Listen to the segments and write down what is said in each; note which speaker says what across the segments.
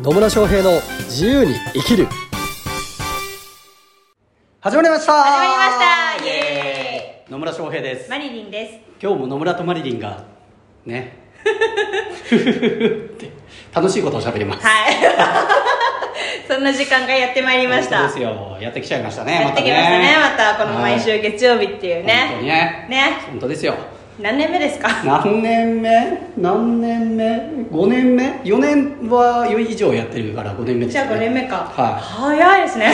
Speaker 1: 野村翔平の自由に生きる始まりました
Speaker 2: 始まりましたイエ
Speaker 1: 野村翔平です
Speaker 2: マリリンです。
Speaker 1: 今日も野村とマリリンがねって楽しいことを喋ります
Speaker 2: はい。 そんな時間がやってまいりました。
Speaker 1: 本当ですよやってきちゃいましたね
Speaker 2: やってきましたね。またこの毎
Speaker 1: はい
Speaker 2: 週月曜日っていう
Speaker 1: 本当に
Speaker 2: ね。
Speaker 1: ね
Speaker 2: ね。
Speaker 1: 本当ですよ
Speaker 2: 何年目ですか。
Speaker 1: 何年目何年目5年目4年は以上やってるから5年目です、ね、
Speaker 2: じゃあ5年目か。
Speaker 1: はい
Speaker 2: 早いで すね。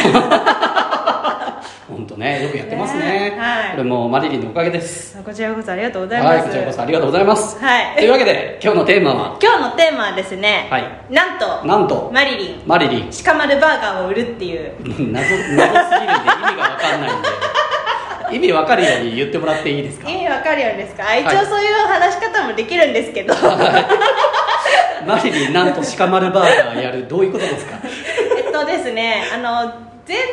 Speaker 1: 本当ねよくやってますね
Speaker 2: ねはい
Speaker 1: これもマリリンのおかげです
Speaker 2: こちらこそありがとうございます。
Speaker 1: はいこちらこそありがとうございます、
Speaker 2: はい
Speaker 1: というわけで今日のテーマは
Speaker 2: 今日のテーマはですね。
Speaker 1: はい
Speaker 2: なんと
Speaker 1: なんと
Speaker 2: マリリン
Speaker 1: マリリン
Speaker 2: 鹿丸バーガーを売るっていう。
Speaker 1: 謎謎すぎるんで意味がわかんないんで意味わかるように言ってもらっていいですか
Speaker 2: 意味わかるようですか。あ一
Speaker 1: は
Speaker 2: 応
Speaker 1: い
Speaker 2: そういう話し方もできるんですけど。
Speaker 1: マリリンなんと鹿丸バーガーやるどういうことです か
Speaker 2: えっとですね、あの全然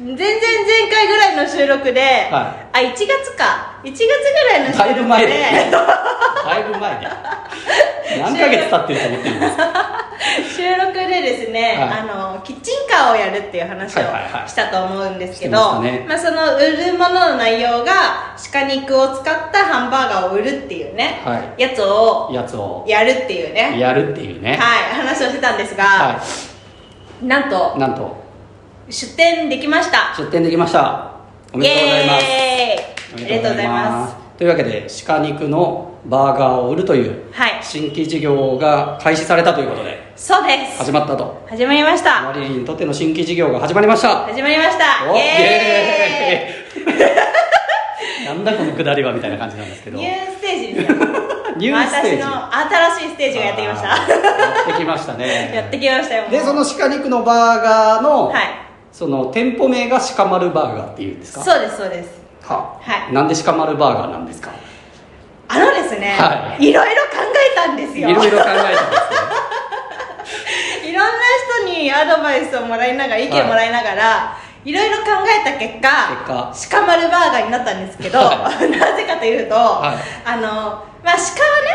Speaker 2: 全然前回ぐらいの収録で、
Speaker 1: は
Speaker 2: あ1月か1月ぐらいの収
Speaker 1: だ
Speaker 2: 録で
Speaker 1: いぶ前でだいぶ前で何ヶ月経ってると思ってるんですか
Speaker 2: 収録でですね、
Speaker 1: はい
Speaker 2: あのキッチンカーをやるっていう話を
Speaker 1: はいはいはい
Speaker 2: したと思うんですけ
Speaker 1: してまし
Speaker 2: ど、
Speaker 1: たね
Speaker 2: まあ、その売るものの内容が鹿肉を使ったハンバーガーを売るっていうね、
Speaker 1: は
Speaker 2: やつを
Speaker 1: やつを
Speaker 2: やるっていうね
Speaker 1: やるっていうね
Speaker 2: はい話をしてたんですが、
Speaker 1: は
Speaker 2: なんと
Speaker 1: なんと
Speaker 2: 出店できました
Speaker 1: 出店できましたおめでとうございます
Speaker 2: イエーイありがとうございます
Speaker 1: というわけで鹿肉のバーガーを売るという
Speaker 2: はい
Speaker 1: 新規事業が開始されたということで
Speaker 2: そうです
Speaker 1: 始まったと
Speaker 2: 始まりました
Speaker 1: マリリンにとっての新規事業が始まりました
Speaker 2: 始まりました
Speaker 1: お
Speaker 2: イエ
Speaker 1: イエーイ なんだこのくだりはみたいな感じなんですけ
Speaker 2: ーイ
Speaker 1: ど
Speaker 2: ニューステージですよ
Speaker 1: ニューステージ
Speaker 2: 私の新しいステージがやってきま
Speaker 1: あ
Speaker 2: し
Speaker 1: ーやってきました
Speaker 2: た
Speaker 1: ね
Speaker 2: やってきましたよもう
Speaker 1: でその鹿肉のバーガーの、
Speaker 2: はい
Speaker 1: その店舗名が鹿丸バーガーっていうんですか
Speaker 2: そうですそうです
Speaker 1: は、
Speaker 2: はい
Speaker 1: なんで鹿丸バーガーなんですか
Speaker 2: あのですね、、
Speaker 1: はい
Speaker 2: ろいろ考えたんです
Speaker 1: い
Speaker 2: よ
Speaker 1: ろいろ考え
Speaker 2: いろん
Speaker 1: たんですね
Speaker 2: な人にアドバイスをもらいながら意見もらいながら、いろいろ考えた結果
Speaker 1: 結
Speaker 2: 鹿丸バーガーになったんですけど、
Speaker 1: は
Speaker 2: なぜかというと、
Speaker 1: はい
Speaker 2: あのまあ鹿は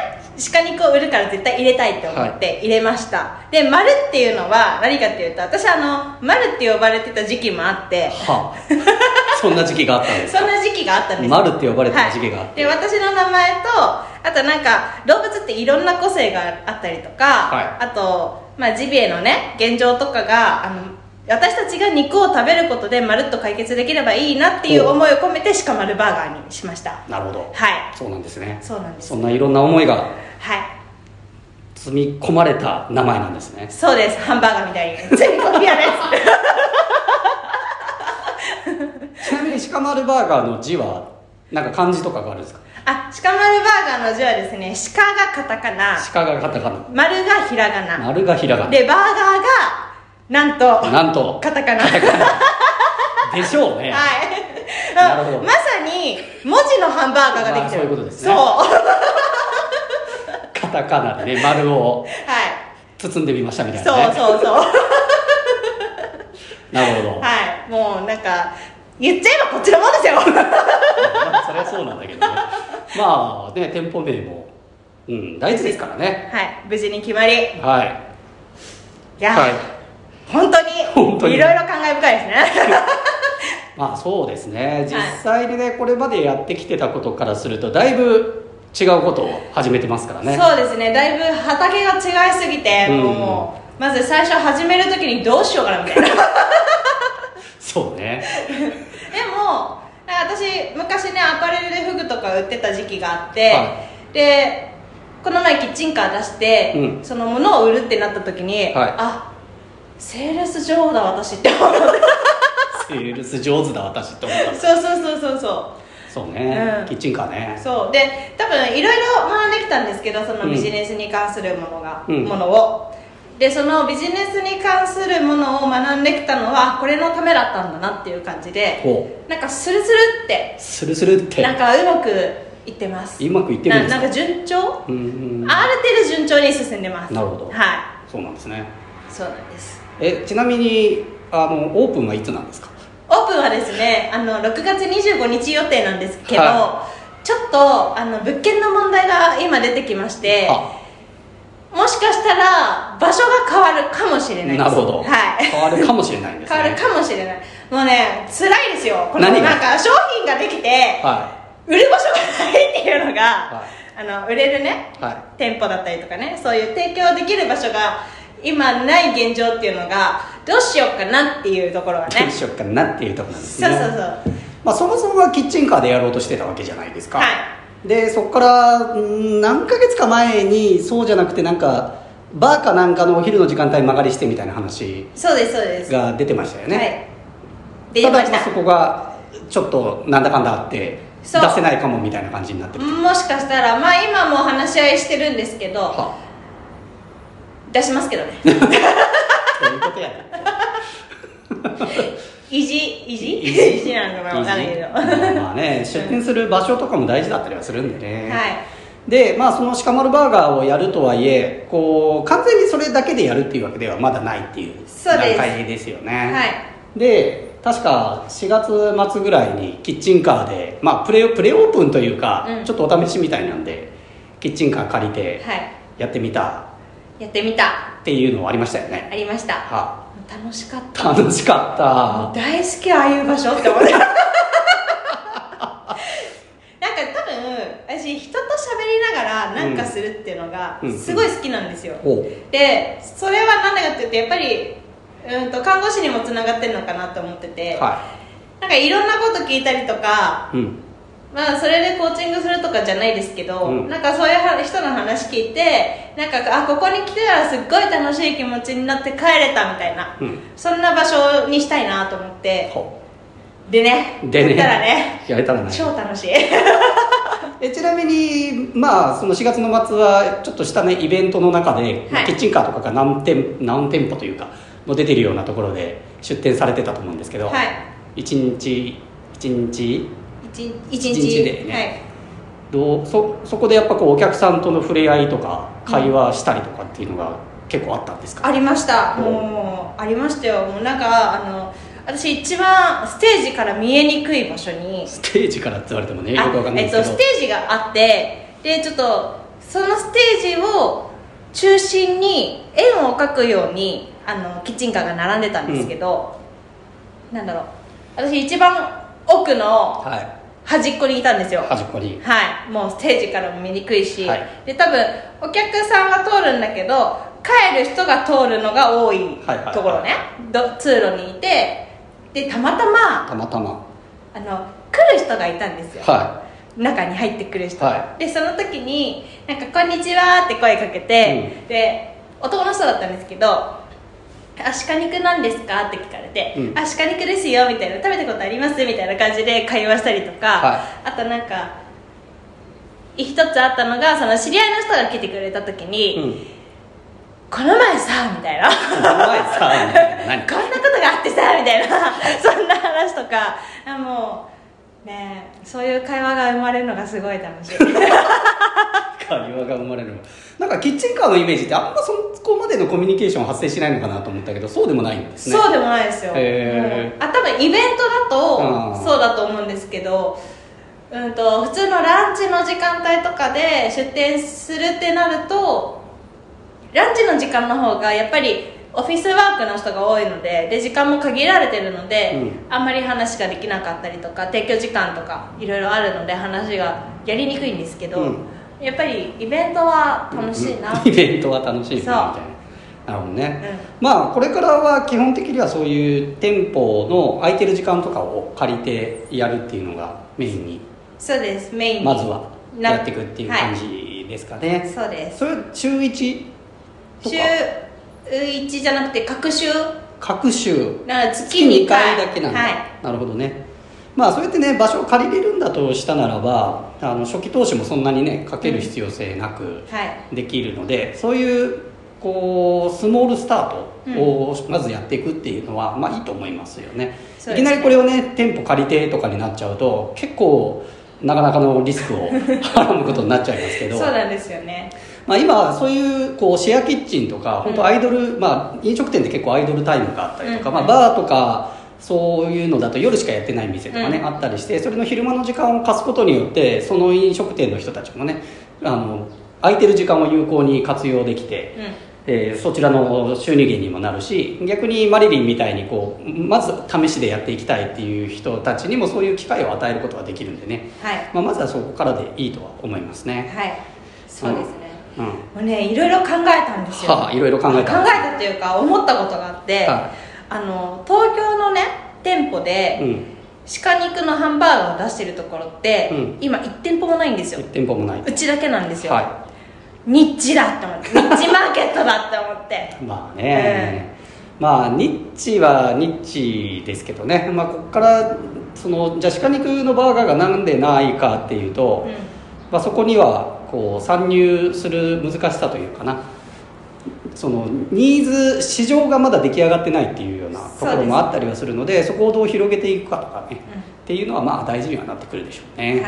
Speaker 2: ね鹿肉を売るから絶対入れたいと思って入れました、で丸っていうのは何かっていうと私あの丸って呼ばれてた時期もあって
Speaker 1: は あ、そんな時期があったんです
Speaker 2: そんな時期があったんです
Speaker 1: 丸って呼ばれてた時期があっ
Speaker 2: はい、で私の名前とあとなんか動物っていろんな個性があったりとか、
Speaker 1: はい
Speaker 2: あと、まあ、ジビエのね現状とかがあの私たちが肉を食べることでまるっと解決できればいいなっていう思いを込めて鹿丸バーガーにしました
Speaker 1: なるほど
Speaker 2: はい
Speaker 1: そうなんですね
Speaker 2: そうなんです
Speaker 1: そんないろんな思いが
Speaker 2: はい
Speaker 1: 積み込まれた名前なんですね
Speaker 2: そうですハンバーガーみたいに 全国屋です
Speaker 1: ちなみに鹿丸バーガーの字はなんか漢字とかがあるんですか
Speaker 2: あ鹿丸バーガーの字はですね鹿がカタカナ
Speaker 1: 鹿がカタカナ
Speaker 2: 丸がひらがな
Speaker 1: 丸がひらが
Speaker 2: でバーガーがなんと
Speaker 1: ななんと
Speaker 2: カタカナ
Speaker 1: でしょうね、
Speaker 2: はい。
Speaker 1: なるほど
Speaker 2: まさに文字のハンバーガーができて
Speaker 1: まあそう
Speaker 2: る。
Speaker 1: いうことですね
Speaker 2: そうは
Speaker 1: カタカナでね丸を
Speaker 2: い。
Speaker 1: 包んでみましたみたい
Speaker 2: そ
Speaker 1: な
Speaker 2: う
Speaker 1: ね
Speaker 2: そうそう。
Speaker 1: なるほど、
Speaker 2: はい。もうなんか言っちゃえばこっちのもんですよ。
Speaker 1: まあ、それはそうなんだけどねまあね店舗名も、うん、大事ですからね
Speaker 2: はい。無事に決まり。い
Speaker 1: はい
Speaker 2: や、
Speaker 1: はい
Speaker 2: 本当に
Speaker 1: 本当に
Speaker 2: いろいろ感慨深いですね。
Speaker 1: まあそうですね実際にね、これまでやってきてたことからするとだいぶ違うことを始めてますからね
Speaker 2: そうですね。だいぶ畑が違いすぎて、
Speaker 1: うん
Speaker 2: もうまず最初始めるときにどうしようかなみたいな。
Speaker 1: そうね
Speaker 2: でもなんか私昔ねアパレルでフグとか売ってた時期があって、
Speaker 1: は
Speaker 2: でこの前キッチンカー出して、
Speaker 1: うん
Speaker 2: そのものを売るってなった時に、
Speaker 1: はい
Speaker 2: あセールス上手だ私って思って
Speaker 1: セールス上手だ私って思 った
Speaker 2: そうそうそうそうそ
Speaker 1: そうね、
Speaker 2: うん
Speaker 1: キッチンカーね
Speaker 2: うそうで多分いろいろ学んできたんですけどその
Speaker 1: うん
Speaker 2: ビジネスに関するものが、
Speaker 1: うん
Speaker 2: ものをでそのビジネスに関するものを学んできたのはこれのためだったんだなっていう感じで
Speaker 1: こ
Speaker 2: なんかスルスルって
Speaker 1: うスルスルって
Speaker 2: なんかうまくいってます
Speaker 1: うまくいってるんです
Speaker 2: な
Speaker 1: か
Speaker 2: なんか順調、
Speaker 1: うんうん
Speaker 2: ある程度順調に進んでます
Speaker 1: なるほど
Speaker 2: は
Speaker 1: そうなんですね
Speaker 2: いそうなんです
Speaker 1: えちなみにあのオープンはいつなんですか
Speaker 2: オープンはですねあの6月25日予定なんですけど、
Speaker 1: は
Speaker 2: ちょっとあの物件の問題が今出てきまして
Speaker 1: あ
Speaker 2: もしかしたら場所が変わるかもしれないです
Speaker 1: なるほど、
Speaker 2: はい
Speaker 1: 変わるかもしれないんですね
Speaker 2: 変わるかもしれないもうね辛いですよこの
Speaker 1: 何が
Speaker 2: なんか商品ができて、
Speaker 1: は
Speaker 2: 売る場所がないっていうのが、
Speaker 1: は
Speaker 2: あの売れるね
Speaker 1: いは
Speaker 2: 店舗だったりとかねそういう提供できる場所が今ない現状っていうのがどうしようかなっていうところが
Speaker 1: いどう
Speaker 2: ね
Speaker 1: しようかなっていうところなんです
Speaker 2: そ
Speaker 1: ね
Speaker 2: うそうそう
Speaker 1: まあ、そもそもはキッチンカーでやろうとしてたわけじゃないですか、
Speaker 2: はい
Speaker 1: でそこからん何ヶ月か前にそうじゃなくてなんかバーかなんかのお昼の時間帯曲がりしてみたいな話
Speaker 2: そうですそうです、
Speaker 1: が出てましたよね、
Speaker 2: はい出て
Speaker 1: た
Speaker 2: ま
Speaker 1: だ
Speaker 2: し
Speaker 1: まあ
Speaker 2: た
Speaker 1: そこがちょっとなんだかんだあって出
Speaker 2: そう
Speaker 1: せないかもみたいな感じになってる
Speaker 2: もしかしたらまあ今も話し合いしてるんですけど
Speaker 1: は
Speaker 2: 出します けどね
Speaker 1: あそういうことやね
Speaker 2: 意地意地
Speaker 1: 意地
Speaker 2: 意地なのかな分からないけど は
Speaker 1: まあね出店する場所とかも大事だったりはするんでね、
Speaker 2: い
Speaker 1: でまあそのしかまるバーガーをやるとはいえこう完全にそれだけでやるっていうわけではまだないっていう
Speaker 2: そう
Speaker 1: 段
Speaker 2: です
Speaker 1: 階ですよね
Speaker 2: はい
Speaker 1: で確か4月末ぐらいにキッチンカーで、まあ、プレプレオープンというか、
Speaker 2: うん
Speaker 1: ちょっとお試しみたいなんでキッチンカー借りて
Speaker 2: は
Speaker 1: やってみた
Speaker 2: いやってみた
Speaker 1: っていうのはありましたよね
Speaker 2: ありました
Speaker 1: は
Speaker 2: 楽しかった
Speaker 1: 楽しかった
Speaker 2: 大好きああいう場所って思ったなんか多分私人と喋りながらなんかするっていうのが
Speaker 1: うん
Speaker 2: すごい好きなんですよ、
Speaker 1: おう
Speaker 2: でそれは何でかっていうとやっぱりうんと看護師にもつながってるのかなと思ってて、
Speaker 1: は
Speaker 2: なんかいろんなこと聞いたりとか
Speaker 1: い、うん、
Speaker 2: まあそれでコーチングするとかじゃないですけど、
Speaker 1: うん
Speaker 2: なんかそういうは人の話聞いてなんかあここに来てたらすっごい楽しい気持ちになって帰れたみたいな、
Speaker 1: うん
Speaker 2: そんな場所にしたいなと思って
Speaker 1: ほ
Speaker 2: でね
Speaker 1: うで
Speaker 2: 行
Speaker 1: ね
Speaker 2: ったらね
Speaker 1: やれたらね
Speaker 2: 超楽しい
Speaker 1: えちなみにまあその4月の末はちょっとしたねイベントの中で、まあキッチンカーとかが何店何店舗というかもう出てるようなところで出店されてたと思うんですけど、
Speaker 2: はい
Speaker 1: 一日一日
Speaker 2: 一日
Speaker 1: 一日でねどうそそこでやっぱこうお客さんとの触れ合いとか会話したりとかっていうのが結構あったんです
Speaker 2: はい、
Speaker 1: か、
Speaker 2: ありました
Speaker 1: お
Speaker 2: もうありましたよもうなんかあの私一番ステージから見えにくい場所に
Speaker 1: ステージからって言われてもねよくわか
Speaker 2: あ
Speaker 1: んない
Speaker 2: え
Speaker 1: で
Speaker 2: っ
Speaker 1: すけ
Speaker 2: と
Speaker 1: ど、
Speaker 2: ステージがあってでちょっとそのステージを中心に円を描くようにあのキッチンカーが並んでたんですけど、なんだろう私一番奥の
Speaker 1: はい
Speaker 2: 端っこにいたんですよ
Speaker 1: 端っこに
Speaker 2: はい、もうステージからも見にくいし、
Speaker 1: はい
Speaker 2: で多分お客さんは通るんだけど帰る人が通るのが多い
Speaker 1: はいはいはい
Speaker 2: ところね、ど通路にいてでたまたま
Speaker 1: たまたま
Speaker 2: あの来る人がいたんですよ、
Speaker 1: は
Speaker 2: 中に入ってくる人、
Speaker 1: は
Speaker 2: でその時に「なんかこんにちは」って声かけて、で男の人だったんですけど「あ鹿肉なんですか?」って聞かれて「
Speaker 1: うん
Speaker 2: あ鹿肉ですよ」みたいな「食べたことあります?」みたいな感じで会話したりとか、
Speaker 1: は
Speaker 2: あとなんか一つあったのがその知り合いの人が来てくれた時
Speaker 1: い、
Speaker 2: に「
Speaker 1: うん、
Speaker 2: この前さ」みたいな
Speaker 1: お前さ何
Speaker 2: こんなことがあってさみたいな そんな話とかあもうねえそういう会話が生まれるのがすごい楽しい
Speaker 1: 会話が生まれるなんかキッチンカーのイメージってあんまそこまでのコミュニケーション発生しないのかなと思ったけどそうでもないんですね
Speaker 2: そうでもないですよ、
Speaker 1: へえ
Speaker 2: うんあ多分イベントだ
Speaker 1: う
Speaker 2: と
Speaker 1: ん
Speaker 2: そうだと思うんですけどうんと普通のランチの時間帯とかで出店するってなるとランチの時間の方がやっぱりオフィスワークの人が多いのでで時間も限られてるので、あんまり話ができなかったりとか提供時間とかいろいろあるので話がやりにくいんですけど、
Speaker 1: うん
Speaker 2: やっぱりイベントは楽しいな、
Speaker 1: イベントは楽しいみたいな
Speaker 2: そ
Speaker 1: なるほどね、まあこれからは基本的にはそういう店舗の空いてる時間とかを借りてやるっていうのがメインに
Speaker 2: そうですメインに
Speaker 1: まずは
Speaker 2: な
Speaker 1: やっていくっていう感じですかね、
Speaker 2: そうです
Speaker 1: それ週1と
Speaker 2: 週
Speaker 1: か
Speaker 2: 1じゃなくて各週
Speaker 1: 各週
Speaker 2: なら月
Speaker 1: 月
Speaker 2: 2
Speaker 1: 2
Speaker 2: 回
Speaker 1: 回だけなんだ、
Speaker 2: はい、
Speaker 1: なるほどねまあそうやってね場所を借りれるんだとしたならばあの初期投資もそんなにねかける必要性なく
Speaker 2: はい、
Speaker 1: できるので、そういうこうスモールスタートをまずやっていくっていうのは、まあいいと思いますよね
Speaker 2: そうですね
Speaker 1: いきなりこれをね店舗借りてとかになっちゃうと結構なかなかのリスクを はらむことになっちゃいますけど
Speaker 2: そうなんですよね
Speaker 1: まあ、今そういうこうシェアキッチンとか本当アイドル、まあ、飲食店で結構アイドルタイムがあったりとか、
Speaker 2: うん
Speaker 1: まあ、バーとかそういうのだと夜しかやってない店とかね、
Speaker 2: うん
Speaker 1: あったりしてそれの昼間の時間を貸すことによってその飲食店の人たちもねあの空いてる時間を有効に活用できて、えーそちらの収入源にもなるし逆にマリリンみたいにこうまず試しでやっていきたいっていう人たちにもそういう機会を与えることができるんでね、
Speaker 2: はい
Speaker 1: まあ、まずはそこからでいいとは思いますね。
Speaker 2: はいそうですね、
Speaker 1: うん
Speaker 2: もうねいろいろ考えたんですよ、
Speaker 1: はあ、いろいろ考えた
Speaker 2: 考えたというか思ったことがあって、
Speaker 1: は
Speaker 2: あの東京のね店舗で、
Speaker 1: うん、
Speaker 2: 鹿肉のハンバーガーを出してるところって、
Speaker 1: うん
Speaker 2: 今1店舗もないんですよ
Speaker 1: 1店舗もないう
Speaker 2: ちだけなんですよ、
Speaker 1: は
Speaker 2: ニッチだって思 ってニッチマーケットだって思って
Speaker 1: いまあね、まあニッチはニッチですけどね、まあ、ここからそのじゃあ鹿肉のバーガーがなんでないかっていうと、まあ、そこにはこう参入する難しさというかなそのニーズ市場がまだ出来上がってないっていうようなところもあったりはするのでそこをどう広げていくかとかね、
Speaker 2: うん
Speaker 1: っていうのはまあ大事にはなってくるでしょうね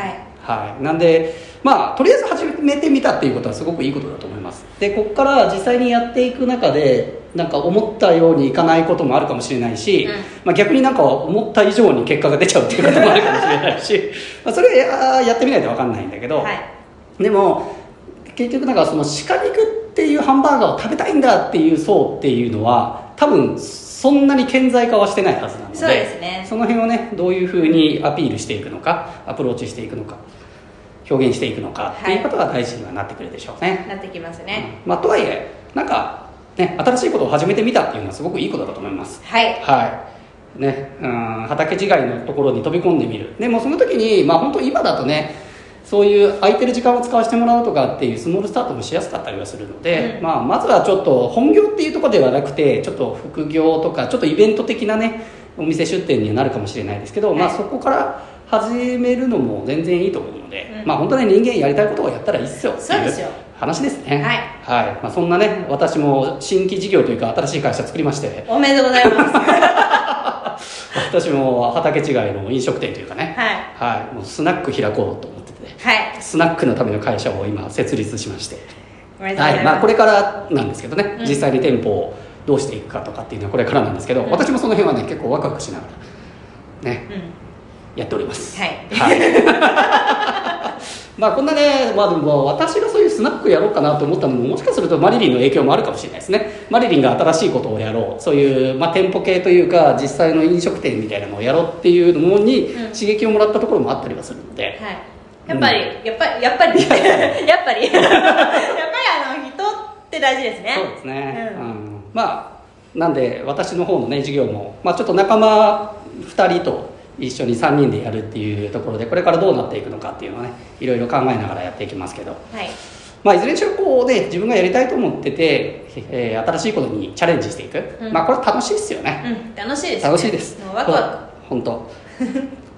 Speaker 2: はい
Speaker 1: はい、なんでまあとりあえず始めてみたっていうことはすごくいいことだと思いますでここから実際にやっていく中でなんか思ったようにいかないこともあるかもしれないし、
Speaker 2: うん
Speaker 1: まあ、逆になんか思った以上に結果が出ちゃうっていうこともあるかもしれないし まあそれはややってみないと分かんないんだけど、
Speaker 2: はい
Speaker 1: でも結局なんかその鹿肉っていうハンバーガーを食べたいんだっていう層っていうのは多分そんなに顕在化はしてないはずなので
Speaker 2: そうですね
Speaker 1: その辺をねどういうふうにアピールしていくのかアプローチしていくのか表現していくのかっていうことが大事にはなってくるでしょうね、
Speaker 2: なってきますね、
Speaker 1: まあ、とはいえなんか、ね、新しいことを始めてみたっていうのはすごくいいことだと思います
Speaker 2: はい
Speaker 1: はいね、うん畑違いのところに飛び込んでみるでもその時に、まあ、本当今だとねそういう空いてる時間を使わせてもらうとかっていうスモールスタートもしやすかったりはするので、
Speaker 2: うん
Speaker 1: まあ、まずはちょっと本業っていうところではなくてちょっと副業とかちょっとイベント的なねお店出店にはなるかもしれないですけど、まあ、
Speaker 2: はい
Speaker 1: そこから始めるのも全然いいと思うので、
Speaker 2: うん
Speaker 1: まあ本当に人間やりたいことをやったらいいっすよって
Speaker 2: そう
Speaker 1: い
Speaker 2: で
Speaker 1: う
Speaker 2: すよ
Speaker 1: 話ですね、
Speaker 2: はい
Speaker 1: はいまあ、そんなね私も新規事業というか新しい会社作りまして
Speaker 2: おめでとうございますは
Speaker 1: 私も畑違いの飲食店というか
Speaker 2: い
Speaker 1: ね、はい、もうスナック開こうと思ってて、
Speaker 2: はい
Speaker 1: スナックのための会社を今設立しまして、
Speaker 2: おめでとうござ
Speaker 1: はい
Speaker 2: ま
Speaker 1: い
Speaker 2: す、
Speaker 1: まあ、これからなんですけどね、
Speaker 2: うん
Speaker 1: 実際に店舗をどうしていくかとかっていうのはこれからなんですけど、
Speaker 2: うん
Speaker 1: 私もその辺はね結構ワクワクしながらね
Speaker 2: うん
Speaker 1: やっております
Speaker 2: はい
Speaker 1: はいまあこんなね、まあ、でも私がそういうスナックやろうかなと思ったのももしかするとマリリンの影響もあるかもしれないですねマリリンが新しいことをやろうそういう、まあ、店舗系というか実際の飲食店みたいなのをやろうっていうのに
Speaker 2: うん
Speaker 1: 刺激をもらったところもあったりはするので、
Speaker 2: はい、やっぱり、やっぱりやっぱ り やっぱりやっぱりあの人って大事ですね
Speaker 1: そうですね、
Speaker 2: う
Speaker 1: うん
Speaker 2: ん
Speaker 1: まあなんで私の方のね授業も、まあ、ちょっと仲間2人と一緒に3人でやるっていうところでこれからどうなっていくのかっていうのはねいろいろ考えながらやっていきますけど
Speaker 2: はい
Speaker 1: まあ、いずれにしろこう、ね、自分がやりたいと思ってて、 えー新しいことにチャレンジしていく、
Speaker 2: うん
Speaker 1: まあ、これ楽しいですよね、
Speaker 2: うん楽しいですね
Speaker 1: 楽しいです
Speaker 2: もうワクワ
Speaker 1: 本当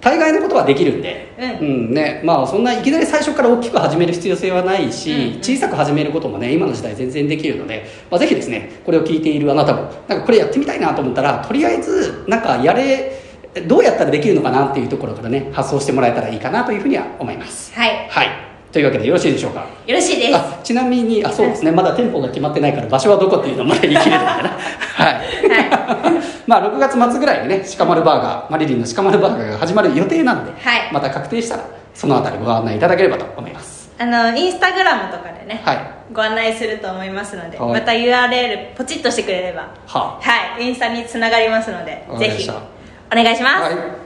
Speaker 1: 大概のことはできるんで、
Speaker 2: うん
Speaker 1: ねまあ、そんないきなり最初から大きく始める必要性はないし、
Speaker 2: うんうん
Speaker 1: 小さく始めることもね今の時代全然できるので、まあ、ぜひですねこれを聞いているあなたもなんかこれやってみたいなと思ったらとりあえずなんかやれどうやったらできるのかなっていうところからね発想してもらえたらいいかなというふうには思います。
Speaker 2: クはい
Speaker 1: はい、というわけでよろしいでしょうか
Speaker 2: よろしいですは
Speaker 1: あちなみにあそうですねまだ店舗が決まってないから場所はどこっていうのはまだ言い切れないんだなはい
Speaker 2: い
Speaker 1: まあ6月末ぐらいにね鹿丸バーガーマリリンの鹿丸バーガーが始まる予定なんで、
Speaker 2: はい
Speaker 1: また確定したらそのあたりご案内いただければと思います
Speaker 2: あのインスタグラムとかでね、
Speaker 1: はい
Speaker 2: ご案内すると思いますので、
Speaker 1: はい
Speaker 2: また URL ポチッとしてくれれば
Speaker 1: は
Speaker 2: はいインスタにつながりますので
Speaker 1: わか
Speaker 2: ぜ
Speaker 1: りまし
Speaker 2: ひ
Speaker 1: た
Speaker 2: お願いし
Speaker 1: あ
Speaker 2: ま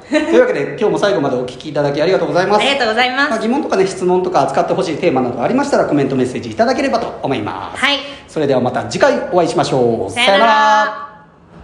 Speaker 2: す、
Speaker 1: はい、というわけで今日も最後までお聞きいただきありがとうございま
Speaker 2: あ
Speaker 1: す
Speaker 2: りがとうございます、
Speaker 1: まあ、疑問とかね質問とか扱ってほしいテーマなどありましたらコメントメッセージいただければと思います、
Speaker 2: はい
Speaker 1: それではまた次回お会いしましょう
Speaker 2: さよなら